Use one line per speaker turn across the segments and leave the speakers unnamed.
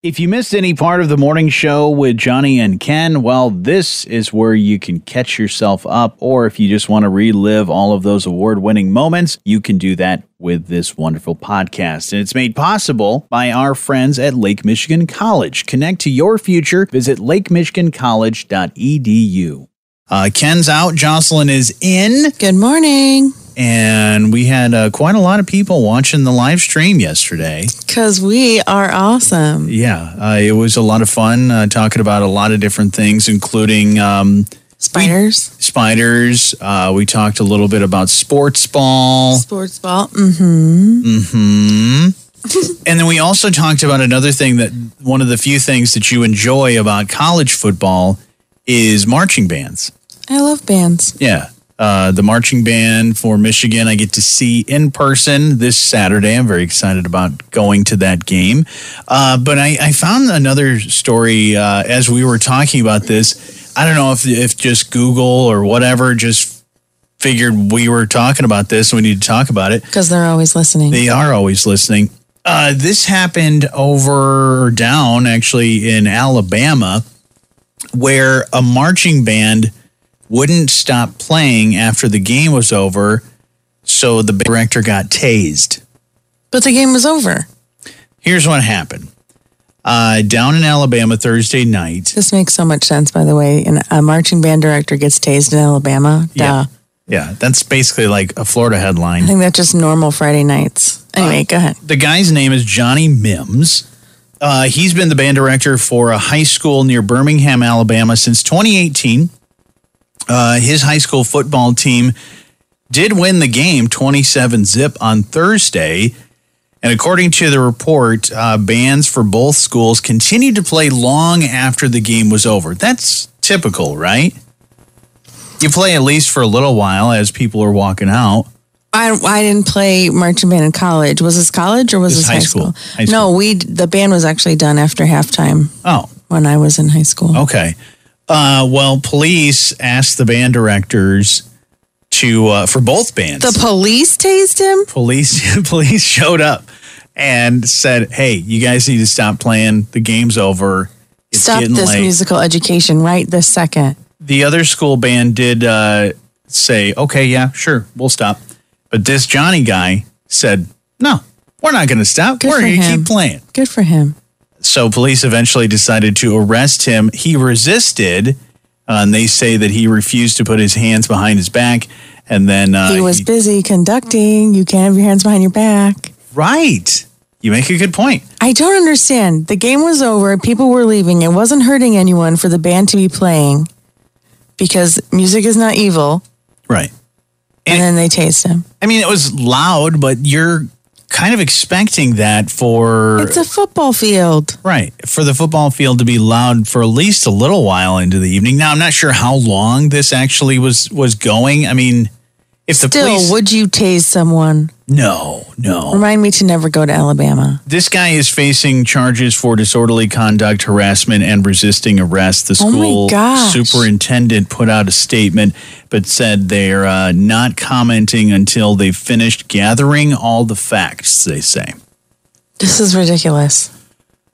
If you missed any part of the morning show with Johnny and Ken, well, this is where you can catch yourself up. Or if you just want to relive all of those award winning moments, you can do that with this wonderful podcast. And it's made possible by our friends at Lake Michigan College. Connect to your future. Visit lakemichigancollege.edu. Uh, Ken's out, Jocelyn is in,
Good morning.
and we had uh, quite a lot of people watching the live stream yesterday.
Because we are awesome.
Yeah, uh, it was a lot of fun uh, talking about a lot of different things, including um,
Spiders,
spiders. Uh, we talked a little bit about sports ball.
sports ball. Mm-hmm.
Hmm. and then we also talked about another thing that one of the few things that you enjoy about college football is marching bands.
I love bands.
Yeah. Uh, the marching band for Michigan, I get to see in person this Saturday. I'm very excited about going to that game. Uh, but I, I found another story uh, as we were talking about this. I don't know if, if just Google or whatever just figured we were talking about this and we need to talk about it.
Because they're always listening.
They are always listening. Uh, this happened over or down actually in Alabama, where a marching band wouldn't stop playing after the game was over, so the director got tased.
but the game was over.
Here's what happened. Uh, down in Alabama Thursday night.
This makes so much sense, by the way. And a marching band director gets tased in Alabama. Duh.
Yeah, that's basically like a Florida headline.
I think that's just normal Friday nights. Anyway, go ahead.
the guy's name is Johnny Mims. Uh, he's been the band director for a high school near Birmingham, Alabama since 2018. Uh, his high school football team did win the game 27 zip on Thursday. And according to the report, uh, bands for both schools continued to play long after the game was over. That's typical, right? You play at least for a little while as people are walking out.
I, I didn't play marching band in college. Was this college or was
This
this,
high school. High
No, we the band was actually done after halftime
Oh,
when I was in high school.
Okay. Uh, well, police asked the band directors to uh, for both bands.
The police tased him.
police police showed up and said, "Hey, you guys need to stop playing. The game's over. It's
Stop
getting
this
late."
musical education right this second.
The other school band did uh, say, "Okay, yeah, sure, we'll stop," but this Johnny guy said, "No, we're not going to stop.
Good
we're
for
going to
him.
keep playing."
Good for him.
So police eventually decided to arrest him. He resisted, uh, and they say that he refused to put his hands behind his back. And then uh,
He was busy conducting. You can't have your hands behind your back.
right. You make a good point.
I don't understand. The game was over. People were leaving. It wasn't hurting anyone for the band to be playing because music is not evil.
Right.
And then they tased him.
I mean, it was loud, but you're kind of expecting that for
It's a football field.
right for the football field to be loud for at least a little while into the evening. Now, I'm not sure how long this actually was was going. I mean, if the
Still,
police
would you tase someone?
no, no,
Remind me to never go to Alabama.
This guy is facing charges for disorderly conduct, harassment, and resisting arrest. The
Oh my
school
gosh.
superintendent put out a statement, but said they're uh, not commenting until they've finished gathering all the facts, they say.
This is ridiculous.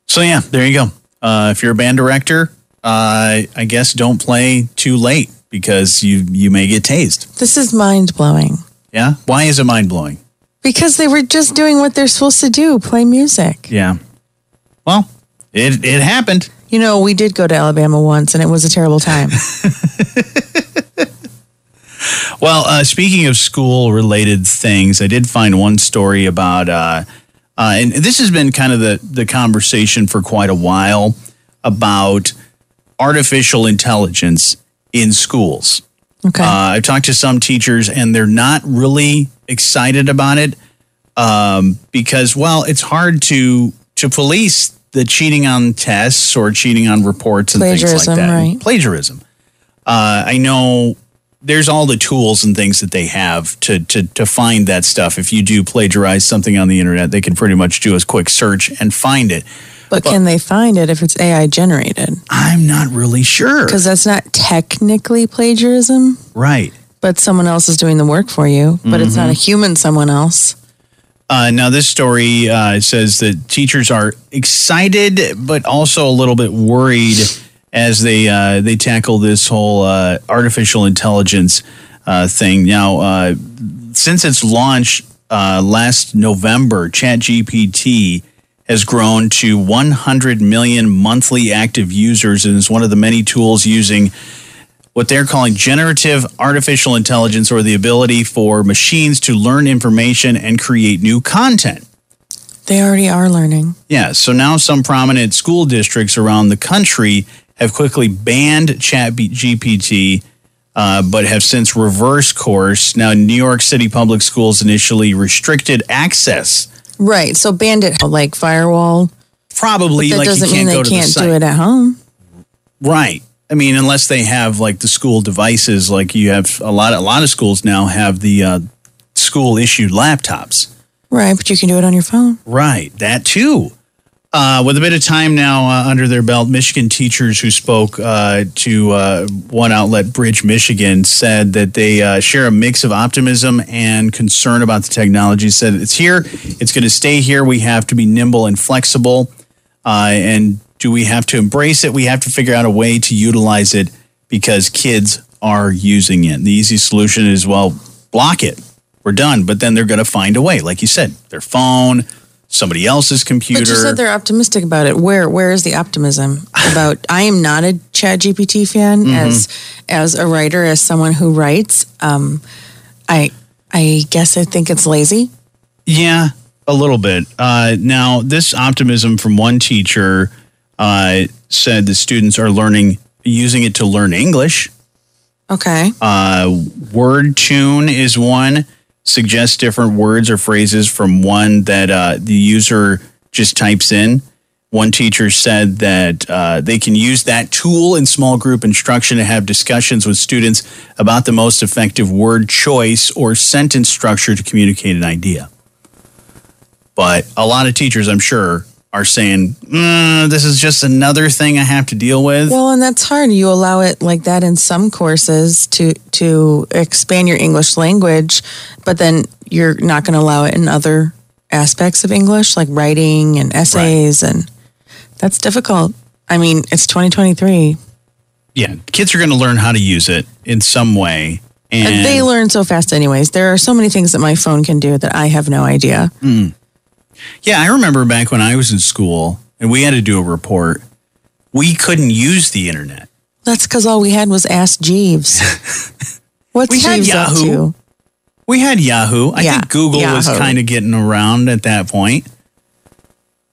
So, yeah, there you go. Uh, if you're a band director, uh, I guess don't play too late because you, you may get tased.
This is mind blowing
Yeah. Why is it mind blowing?
because they were just doing what they're supposed to do play music.
Yeah. Well, it, it happened.
You know, we did go to Alabama once and it was a terrible time.
Well, uh, speaking of school related things, I did find one story about, uh, uh, and this has been kind of the, the conversation for quite a while about artificial intelligence in schools.
Okay.
Uh, I've talked to some teachers, and they're not really excited about it um, because, well, it's hard to to police the cheating on tests or cheating on reports and things like
Plagiarism,
that.
right.
Plagiarism. Uh, I know there's all the tools and things that they have to, to to find that stuff. If you do plagiarize something on the internet, they can pretty much do a quick search and find it.
But can they find it if it's AI generated?
I'm not really sure.
Because that's not technically plagiarism,
Right. Mm-hmm.
but someone else is doing the work for you, but it's not a human someone else.
Uh, now, this story uh, says that teachers are excited, but also a little bit worried as they uh, they tackle this whole uh, artificial intelligence uh, thing. Now, uh, since its launch uh, last November, ChatGPT has grown to 100 million monthly active users and is one of the many tools using what they're calling generative artificial intelligence or the ability for machines to learn information and create new content.
They already are learning.
Yeah, so now some prominent school districts around the country have quickly banned ChatGPT, uh, but have since reversed course. Now, New York City public schools initially restricted access.
Right. So bandit like firewall.
Probably
That
like you
doesn't mean
can't go
they
to the
can't
site.
do it at home.
Right. I mean, unless they have like the school devices, like you have a lot. A lot of schools now have the uh, school issued laptops.
Right, but you can do it on your phone.
Right, that too. Uh, with a bit of time now uh, under their belt, Michigan teachers who spoke uh, to uh, one outlet, Bridge Michigan, said that they uh, share a mix of optimism and concern about the technology. Said it's here, it's going to stay here. We have to be nimble and flexible. Uh, and do we have to embrace it? We have to figure out a way to utilize it because kids are using it. The easy solution is well, block it. We're done. But then they're going to find a way, like you said, their phone, somebody else's computer.
But you said they're optimistic about it. Where where is the optimism about? I am not a Chat GPT fan
Mm-hmm.
as as a writer, as someone who writes. Um, I I guess I think it's lazy.
Yeah, a little bit. Uh, now, this optimism from one teacher uh, said the students are learning using it to learn English.
Okay,
Uh, word tune is one. Suggests different words or phrases from one that uh, the user just types in. One teacher said that uh, they can use that tool in small group instruction to have discussions with students about the most effective word choice or sentence structure to communicate an idea. But a lot of teachers, I'm sure, are saying, "Mm, this is just another thing I have to deal with.
well, and that's hard. You allow it like that in some courses to to expand your English language, but then you're not going to allow it in other aspects of English, like writing and essays, and that's difficult. I mean, it's 2023.
yeah, kids are going to learn how to use it in some way. And,
they learn so fast, anyways. There are so many things that my phone can do that I have no idea.
yeah, I remember back when I was in school and we had to do a report, we couldn't use the internet.
That's because all we had was Ask Jeeves. What's
We had
Jeeves up
Yahoo.
to?
We had Yahoo. I
Yeah,
think Google was
Yahoo.
kind of getting around at that point.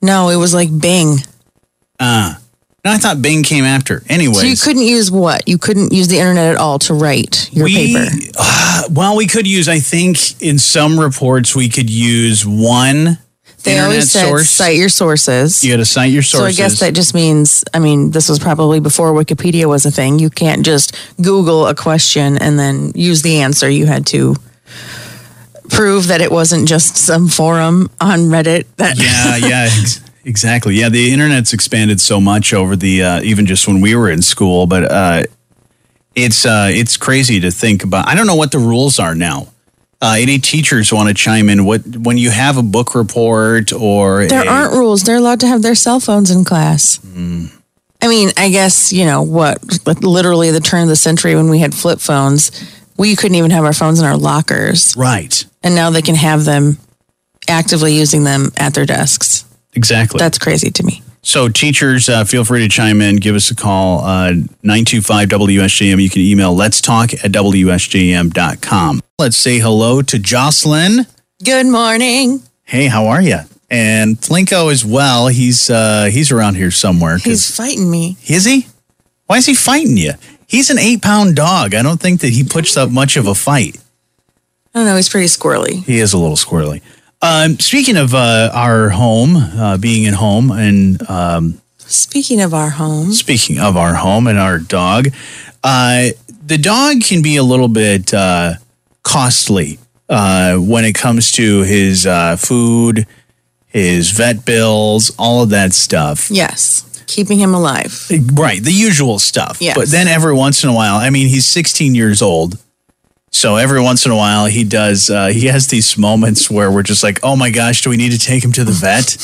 No, it was like Bing.
And I thought Bing came after. Anyways,
So you couldn't use what? You couldn't use the internet at all to write your paper.
Uh, well, we could use, I think in some reports, we could use one
They
internet
always said
source.
cite your sources.
you got to cite your
So I
sources.
guess that just means, I mean, this was probably before Wikipedia was a thing. You can't just Google a question and then use the answer. You had to prove that it wasn't just some forum on Reddit that
yeah, yeah, ex- exactly. Yeah, the internet's expanded so much over the uh, even just when we were in school, but uh, it's uh, it's crazy to think about. I don't know what the rules are now. Uh, any teachers want to chime in? What when you have a book report or
There
a-
aren't rules. They're allowed to have their cell phones in class.
Mm.
I mean, I guess, you know, what, like literally the turn of the century when we had flip phones, we couldn't even have our phones in our lockers.
right?
And now they can have them actively using them at their desks.
Exactly.
That's crazy to me.
So, teachers, uh, feel free to chime in. Give us a call, uh, 925 WSJM. You can email let's talk at WSJM.com. Let's say hello to Jocelyn.
Good morning.
Hey, how are you? And Flinko as well. He's uh, he's around here somewhere. 'cause-
He's fighting me.
is he? Why is he fighting you? He's an eight pound dog. I don't think that he puts up much of a fight.
I don't know. He's pretty squirrely.
He is a little squirrely. Um, speaking of uh, our home, uh, being at home, and um,
Speaking of our home,
speaking of our home and our dog, uh, the dog can be a little bit uh, costly uh, when it comes to his uh, food, his vet bills, all of that stuff.
yes, keeping him alive.
Right, the usual stuff.
Yes.
But then every once in a while, I mean, he's 16 years old. So every once in a while, he does. Uh, he has these moments where we're just like, "Oh my gosh, do we need to take him to the vet?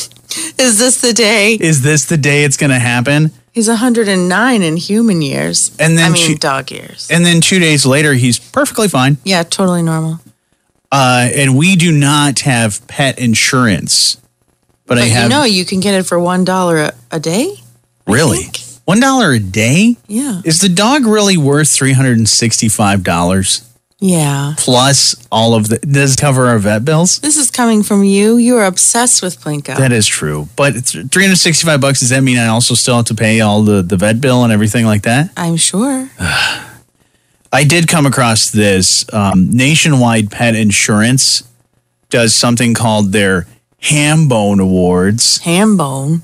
Is this the day?
Is this the day it's going to happen?"
He's 109 in human years.
And then
I mean,
she-
dog years.
And then two days later, he's perfectly fine.
yeah, totally normal.
Uh, and we do not have pet insurance, but, I
But
have
you know, you can get it for one dollar a- a day.
really
think.
one dollar a day.
Yeah,
Is the dog really worth three hundred and sixty-five dollars
yeah.
plus all of the? Does it cover our vet bills?
This is coming from you. You are obsessed with Plinko.
That is true, but three hundred sixty-five bucks. Does that mean I also still have to pay all the the vet bill and everything like that?
I'm sure.
I did come across this um, nationwide pet insurance does something called their Hambone Awards
Ham bone.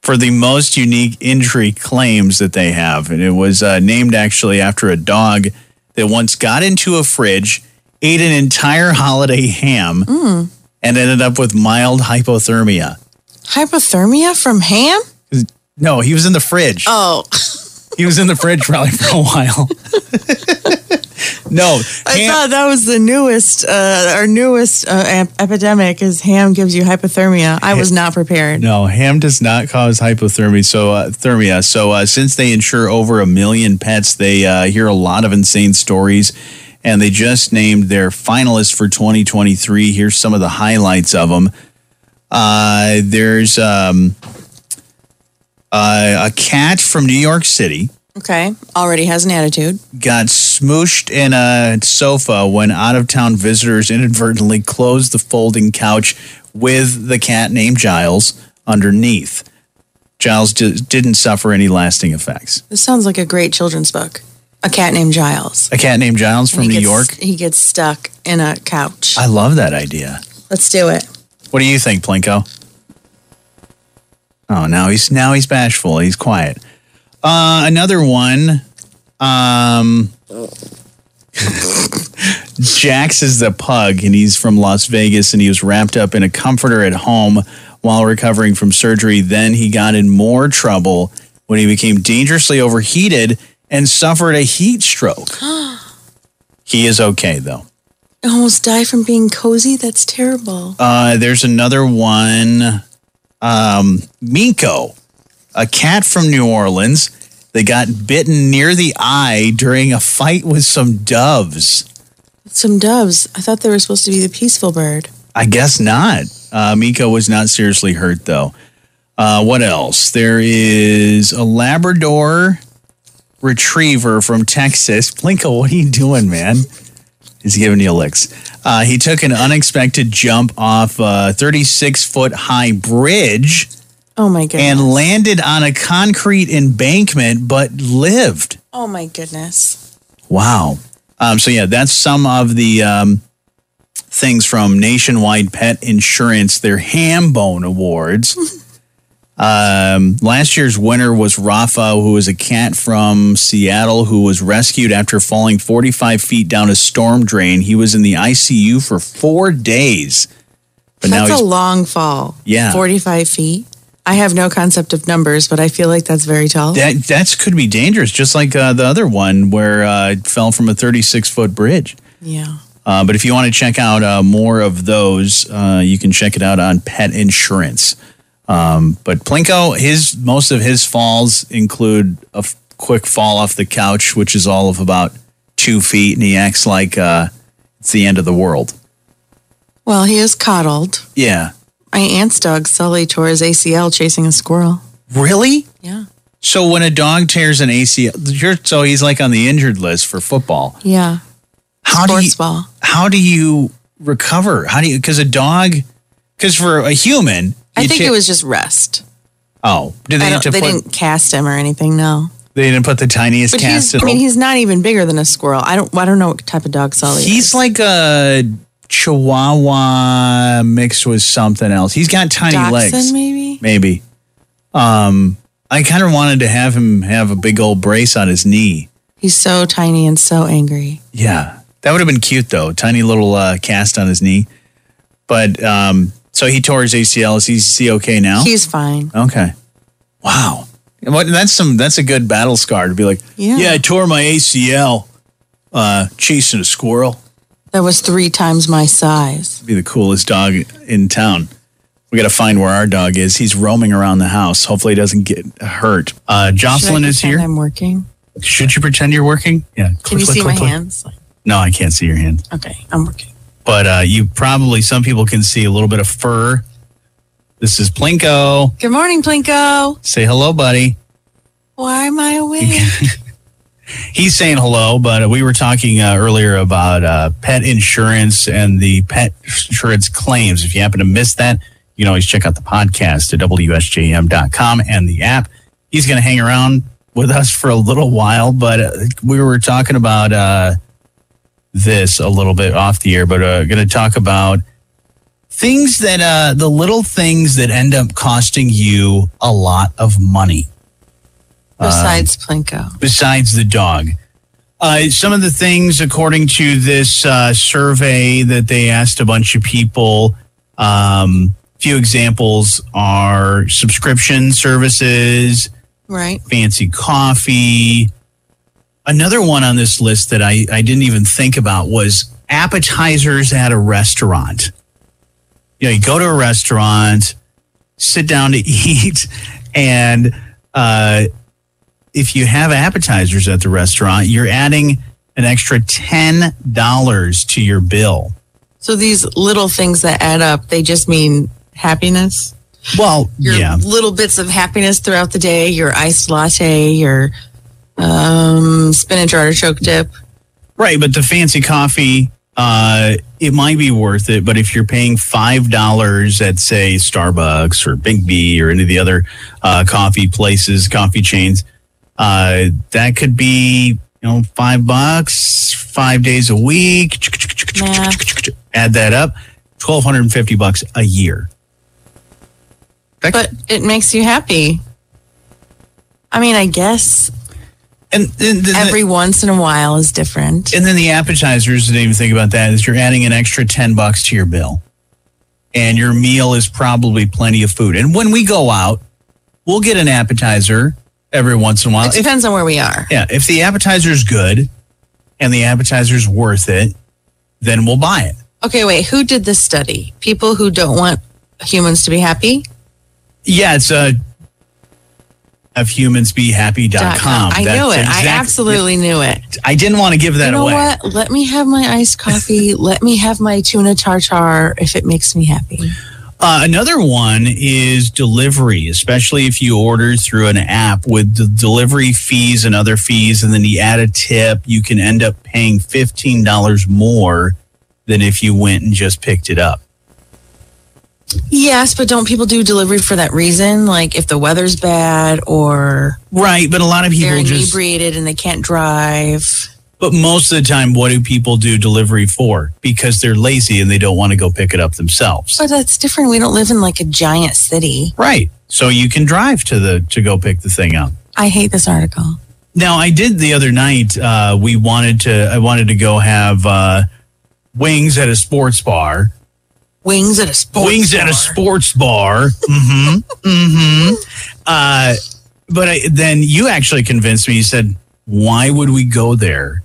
for the most unique injury claims that they have, and it was uh, named actually after a dog that once got into a fridge, ate an entire holiday ham, and ended up with mild hypothermia.
Hypothermia from ham?
No, he was in the fridge.
Oh,
He was in the fridge probably for a while. no,
I
ham-
thought that was the newest, uh, our newest uh, ep- epidemic is ham gives you hypothermia. I was not prepared.
No, ham does not cause hypothermia. So, uh, thermia. So, uh, since they insure over a million pets, they uh, hear a lot of insane stories, and they just named their finalists for 2023. Here's some of the highlights of them. Uh, there's um, uh, a cat from New York City
Okay, already has an attitude.
got smooshed in a sofa when out of town visitors inadvertently closed the folding couch with the cat named Giles underneath. Giles d- didn't suffer any lasting effects.
This sounds like a great children's book. A cat named Giles
A cat named Giles from
He
New
gets-
York.
He gets stuck in a couch.
I love that idea.
Let's do it.
What do you think, Plinko? Oh, now he's now he's bashful. He's quiet. Uh, another one. Um, Jax is the pug, and he's from Las Vegas, and he was wrapped up in a comforter at home while recovering from surgery. Then he got in more trouble when he became dangerously overheated and suffered a heat stroke. he is okay though.
I almost die from being cozy. That's terrible.
Uh, there's another one. Um, Minko, a cat from New Orleans. They got bitten near the eye during a fight with some doves.
Some doves. I thought they were supposed to be the peaceful bird.
I guess not. Uh, Miko was not seriously hurt, though. Uh, what else? There is a Labrador retriever from Texas. Plinko, what are you doing, man? He's giving you licks. Uh, he took an unexpected jump off a 36 foot high bridge
Oh my goodness.
and landed on a concrete embankment, but lived.
oh my goodness.
Wow. Um, so yeah, that's some of the um, things from Nationwide Pet Insurance, their ham bone awards. um, last year's winner was Rafa, who was a cat from Seattle who was rescued after falling 45 feet down a storm drain. He was in the ICU for four days. But now
That's
he's
a long fall.
Yeah.
45 feet. I have no concept of numbers, but I feel like that's very tall.
that that's could be dangerous, just like uh, the other one where uh, it fell from a 36 foot bridge.
yeah.
Uh, but if you want to check out uh, more of those, uh, you can check it out on Pet Insurance. Um, but Plinko, his most of his falls include a f- quick fall off the couch, which is all of about two feet, and he acts like uh, it's the end of the world.
Well, he is coddled.
Yeah,
My aunt's dog, Sully, tore his ACL chasing a squirrel.
really.
Yeah.
So when a dog tears an ACL, you're, so he's like on the injured list for football.
Yeah.
How do
Sports
you,
ball.
how do you recover? How do you? Because a dog, because for a human,
I
you
think
ta-
it was just rest.
Oh, did they
I
have
don't,
to
they
put?
didn't cast him or anything, no.
They didn't put the tiniest
But
cast
he's,
at
I
all.
mean,
he's,
he's oh, not even bigger than a squirrel. I don't, I don't know what type of dog Sully is.
like a chihuahua mixed with something else. He's got tiny legs.
Dachshund, maybe?
Maybe. Um, I kind of wanted to have him have a big old brace on his knee.
He's so tiny and so angry.
Yeah. That would have been cute though. Tiny little uh, cast on his knee. But um, so he tore his ACL. Is he, is he okay now?
He's fine.
Okay. Wow. What that's some that's a good battle scar to be like,
Yeah.
yeah I tore my ACL. uh, chasing a squirrel.
That was three times my size.
Be the coolest dog in town. We got to find where our dog is. He's roaming around the house. Hopefully, he doesn't get hurt. Uh,
Should I
Jocelyn is
pretend
here.
I'm working.
Should you pretend you're working? Yeah.
Can
Click,
you
click,
see
click,
my
click.
hands? Like,
No, I can't see your hand.
Okay, I'm working.
But uh, you probably, some people can see a little bit of fur. This is Plinko.
Good morning, Plinko.
Say hello, buddy.
Why am I awake?
He's saying hello, but we were talking uh, earlier about uh, pet insurance and the pet insurance claims. If you happen to miss that, you can always check out the podcast at WSJM.com and the app. He's going to hang around with us for a little while, but uh, we were talking about uh, this a little bit off the air, but uh, going to talk about things that uh, the little things that end up costing you a lot of money Uh,
Besides Plinko.
besides the dog. Uh, some of the things, according to this uh, survey that they asked a bunch of people, um, few examples are subscription services,
Right.
fancy coffee. Another one on this list that I, I didn't even think about was appetizers at a restaurant. You know, you go to a restaurant, sit down to eat, and uh, if you have appetizers at the restaurant, you're adding an extra $10 to your bill.
So these little things that add up, they just mean happiness.
Well,
Your
yeah.
little bits of happiness throughout the day, your iced latte, your um, spinach artichoke dip.
Right, but the fancy coffee, uh, it might be worth it. But if you're paying five dollars at say Starbucks or Big B or any of the other uh, coffee places, coffee chains, uh, that could be you know five bucks, five days a week.
Nah.
Add that up, twelve hundred and fifty bucks a year. That-
But it makes you happy. I mean, I guess
and, and, and
every once in a while is different.
And then the appetizers, didn't even think about that, is you're adding an extra 10 bucks to your bill. And your meal is probably plenty of food. And when we go out, we'll get an appetizer every once in a while.
It
If-
depends on where we are.
yeah, if the appetizer's good and the appetizer's worth it, then we'll buy it.
Okay, wait. Who did this study? People who don't want humans to be happy.
Yeah, it's uh, a of
Dot com.
humansbehappy.com.
I
That's
knew it.
exact-
I absolutely knew it.
I didn't want to give that
You know
away.
what? Let me have my iced coffee. Let me have my tuna tartar if it makes me happy.
Uh, another one is delivery, especially if you order through an app with the delivery fees and other fees, and then you add a tip, you can end up paying $15 more than if you went and just picked it up.
Yes, but don't people do delivery for that reason? Like if the weather's bad or
Right, but a lot of
they're
people just.
inebriated and they can't drive.
But most of the time, what do people do delivery for? Because they're lazy and they don't want to go pick it up themselves.
But that's different. We don't live in like a giant city.
Right, so you can drive to the to go pick the thing up.
I hate this article.
Now I did the other night. Uh, we wanted to. I wanted to go have uh, wings at a sports bar.
Wings at a sports.
wings at a
bar.
sports bar. hmm hmm Uh, but I, then you actually convinced me. You said, "Why would we go there?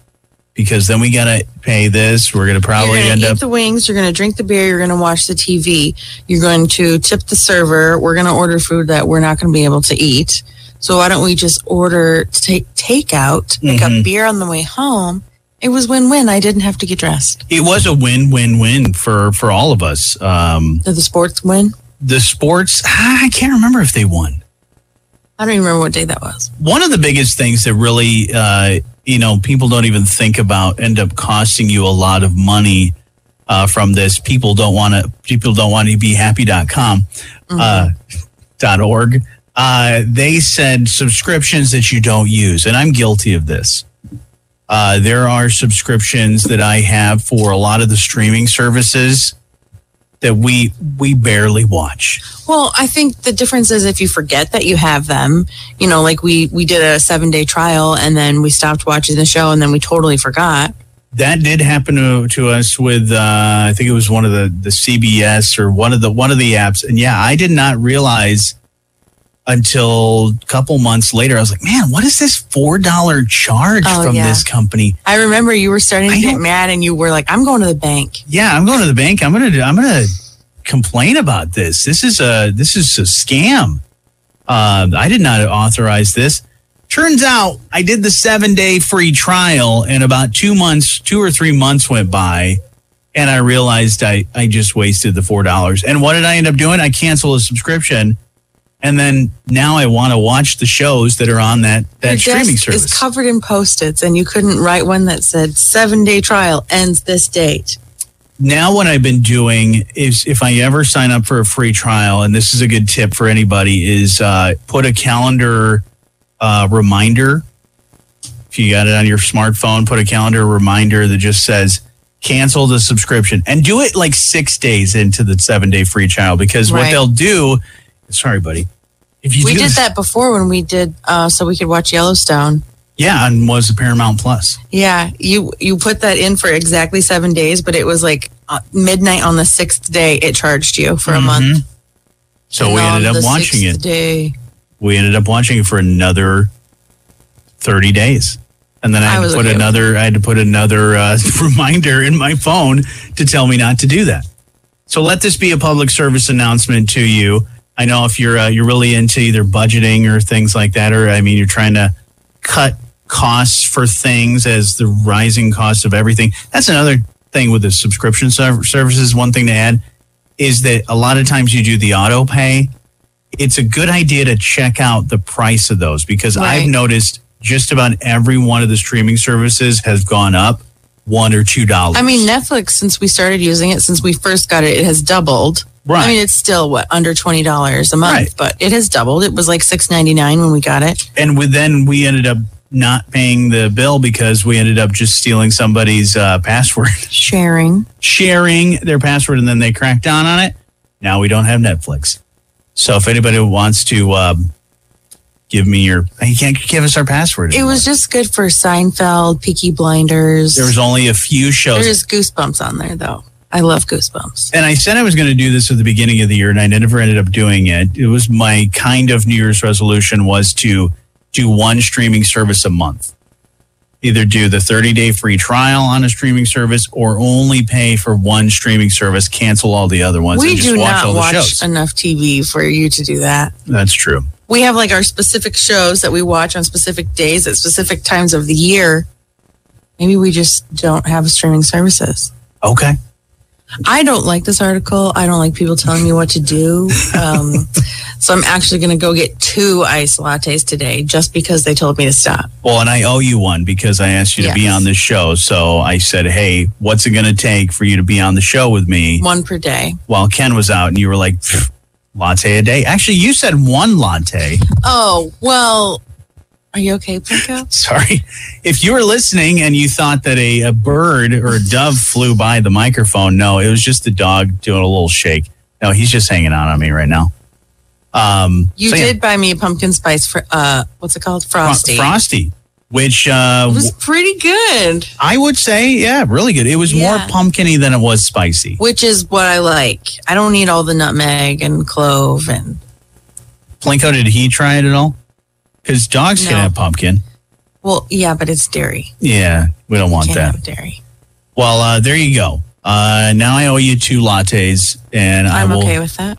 Because then we gotta pay this. We're gonna probably
you're gonna
end
eat
up."
the wings. You're gonna drink the beer. You're gonna watch the TV. You're going to tip the server. We're gonna order food that we're not gonna be able to eat. So why don't we just order take takeout, pick
Mm-hmm.
up beer on the way home? It was win-win. I didn't have to get dressed.
it was a win-win-win for for all of us. Um,
Did the sports win?
the sports. ah, I can't remember if they won.
I don't even remember what day that was.
one of the biggest things that really uh, you know people don't even think about end up costing you a lot of money uh, from this people don't want to people don't want to be happy.com uh, dot org uh, they said subscriptions that you don't use and i'm guilty of this uh, there are subscriptions that i have for a lot of the streaming services that we we barely watch
Well, I think the difference is if you forget that you have them, you know, like we we did a 7-day trial and then we stopped watching the show and then we totally forgot.
that did happen to, to us with uh, I think it was one of the the CBS or one of the one of the apps, and yeah, I did not realize until a couple months later. I was like, man, what is this $4 charge
Oh,
from
yeah.
this company?
I remember you were starting to
I
get
don't-
mad and you were like, I'm going to the bank.
Yeah, I'm going to the bank. I'm going to, I'm going to complain about this. This is a, this is a scam. Uh, I did not authorize this. Turns out I did the seven day free trial and about two months, two or three months went by and I realized I, I just wasted the $4. And what did I end up doing? I canceled a subscription. And then now I want to watch the shows that are on that, that
Your
streaming
desk
service.
is covered in post-its and you couldn't write one that said seven day trial ends this date.
now what I've been doing is if I ever sign up for a free trial, and this is a good tip for anybody, is uh, put a calendar uh, reminder. If you got it on your smartphone, put a calendar reminder that just says cancel the subscription and do it like six days into the seven day free trial because what
Right.
they'll do, sorry, buddy. If you
We
do
did
this-
that before when we did uh, so we could watch Yellowstone.
yeah, and was Paramount Plus.
Yeah, you you put that in for exactly seven days, but it was like uh, midnight on the sixth day. It charged you for a month.
Mm-hmm. So
And
we
on
ended up
the
watching
sixth
it.
Day,
we ended up watching it for another 30 days and then i
I
had
was
to put
okay with
another i had to put another uh, reminder in my phone to tell me not to do that so let this be a public service announcement to you i know if you're uh, you're really into either budgeting or things like that or i mean you're trying to cut costs for things as the rising cost of everything that's another thing with the subscription serv- services one thing to add is that a lot of times you do the auto pay it's a good idea to check out the price of those because
Right.
I've noticed just about every one of the streaming services has gone up one or two dollars.
I mean Netflix. Since we started using it, since we first got it, it has doubled.
Right.
I mean, it's still what under twenty dollars a month,
Right.
but it has doubled. It was like six ninety nine when we got it.
and with, then we ended up not paying the bill because we ended up just stealing somebody's uh, password,
Sharing.
sharing their password, and then they cracked down on it. Now we don't have Netflix. So if anybody wants to um, give me your, you can't give us our password.
It was just good for Seinfeld, Peaky Blinders.
there was only a few shows.
There's Goosebumps on there though. I love Goosebumps.
and I said I was going to do this at the beginning of the year, and I never ended up doing it. It was my kind of New Year's resolution was to do one streaming service a month, either do the 30 day free trial on a streaming service or only pay for one streaming service, cancel all the other ones,
We
and just
do
watch all
not
the
watch
shows.
enough TV for you to do that.
That's true.
we have like our specific shows that we watch on specific days at specific times of the year. Maybe we just don't have streaming services.
Okay.
I don't like this article. I don't like people telling me what to do. Um, so I'm actually going to go get two iced lattes today just because they told me to stop.
Well, and I owe you one because I asked you to be
Yes.
on this show. So I said, hey, what's it going to take for you to be on the show with me?
One per day.
while Ken was out, and you were like, "Pfft, latte a day. Actually, you said one latte.
Oh, well, are you okay, Plinko?
Sorry. If you were listening and you thought that a, a bird or a dove flew by the microphone, no, it was just the dog doing a little shake. No, he's just hanging out on me right now. Um,
You
so, yeah,
did buy me a pumpkin spice for, uh, what's it called?
Fro-
Frosty.
Frosty, which uh,
it was pretty good,
I would say, yeah, really good. It was more
Yeah.
pumpkiny than it was spicy.
which is what I like. I don't need all the nutmeg and clove and
Plinko, did he try it at all? Because dogs can
No.
have pumpkin.
Well, yeah, but it's dairy.
Yeah, we don't want
Can't
that.
have dairy.
Well, uh, there you go. Uh, now I owe you two lattes, and I
I'm
will.
okay with that.